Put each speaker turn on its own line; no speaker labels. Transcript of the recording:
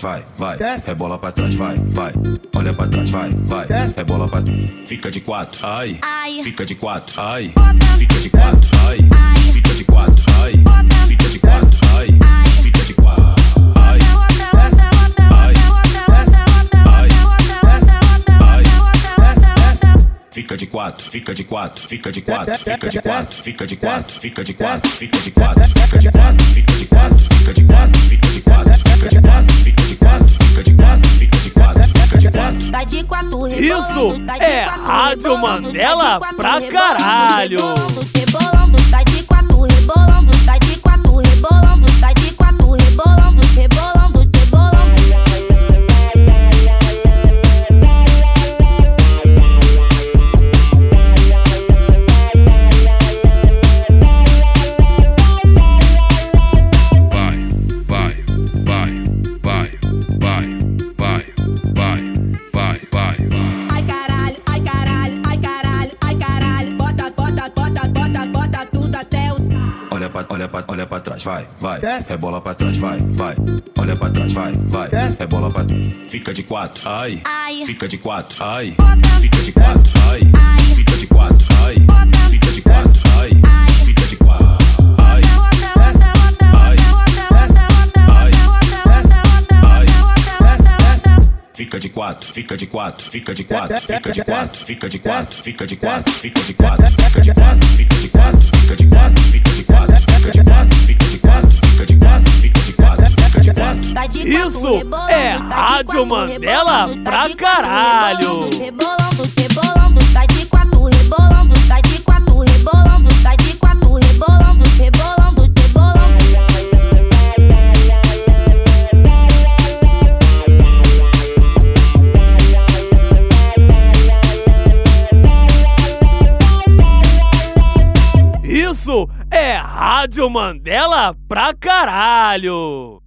vai, vai. Rebola pra trás, vai, vai. Olha pra trás, vai, vai. Rebola pra Fica de quatro, ai.
Ai.
Fica de quatro, ai.
Bota.
Fica de quatro, ai.
Ai.
Fica de quatro, ai.
Bota.
Fica de quatro, ai.
Ai.
Fica de quatro, ai. Fica de quatro, fica de quatro, fica de quatro, fica de quatro, fica de quatro, fica de quatro, fica de quatro, fica de quatro, fica de quatro, fica de quatro, fica de quatro, fica de quatro, fica de quatro, fica de quatro, fica de quatro, fica de quatro.
Vai de quatro
Isso
rebolando, vai de
é
quatro rebolando,
Rádio
vai
Mandela
de quatro
pra
rebolando,
caralho.
rebolando, Rebolando, vai de quatro rebolando, vai de quatro rebolando, vai de quatro rebolando, rebolando, rebolando.
vai, vai, vai, vai, vai, vai, vai, vai, vai, vai.
Ai caralho, ai caralho, ai caralho, ai caralho. Bota, bota, bota, bota, bota tudo até o saco.
Olha pra, olha pra, olha pra trás, vai, vai. Rebola pra trás, vai, vai. Olha pra trás, vai, vai. Rebola pra Fica de quatro, ai.
Ai.
Fica de quatro, ai.
Bota.
Fica de quatro, ai.
Ai.
Fica de quatro, ai.
Bota.
Fica de quatro, ai.
Ai.
Fica de quatro, ai. Fica de quatro, fica de quatro, fica de quatro, fica de quatro, fica de quatro, fica de quatro, fica de quatro, fica de quatro, fica de quatro, fica de quatro, fica de quatro, fica de quatro, fica de quatro, fica de quatro, fica de quatro, fica de quatro.
Tá
Isso é Rádio Mandela pra caralho.
tá Rebolando, rebolando, sai de quatro, rebolando, sai de quatro, rebolando, sai de quatro, rebolando, rebolando, rebolando.
Isso é Rádio Mandela pra caralho.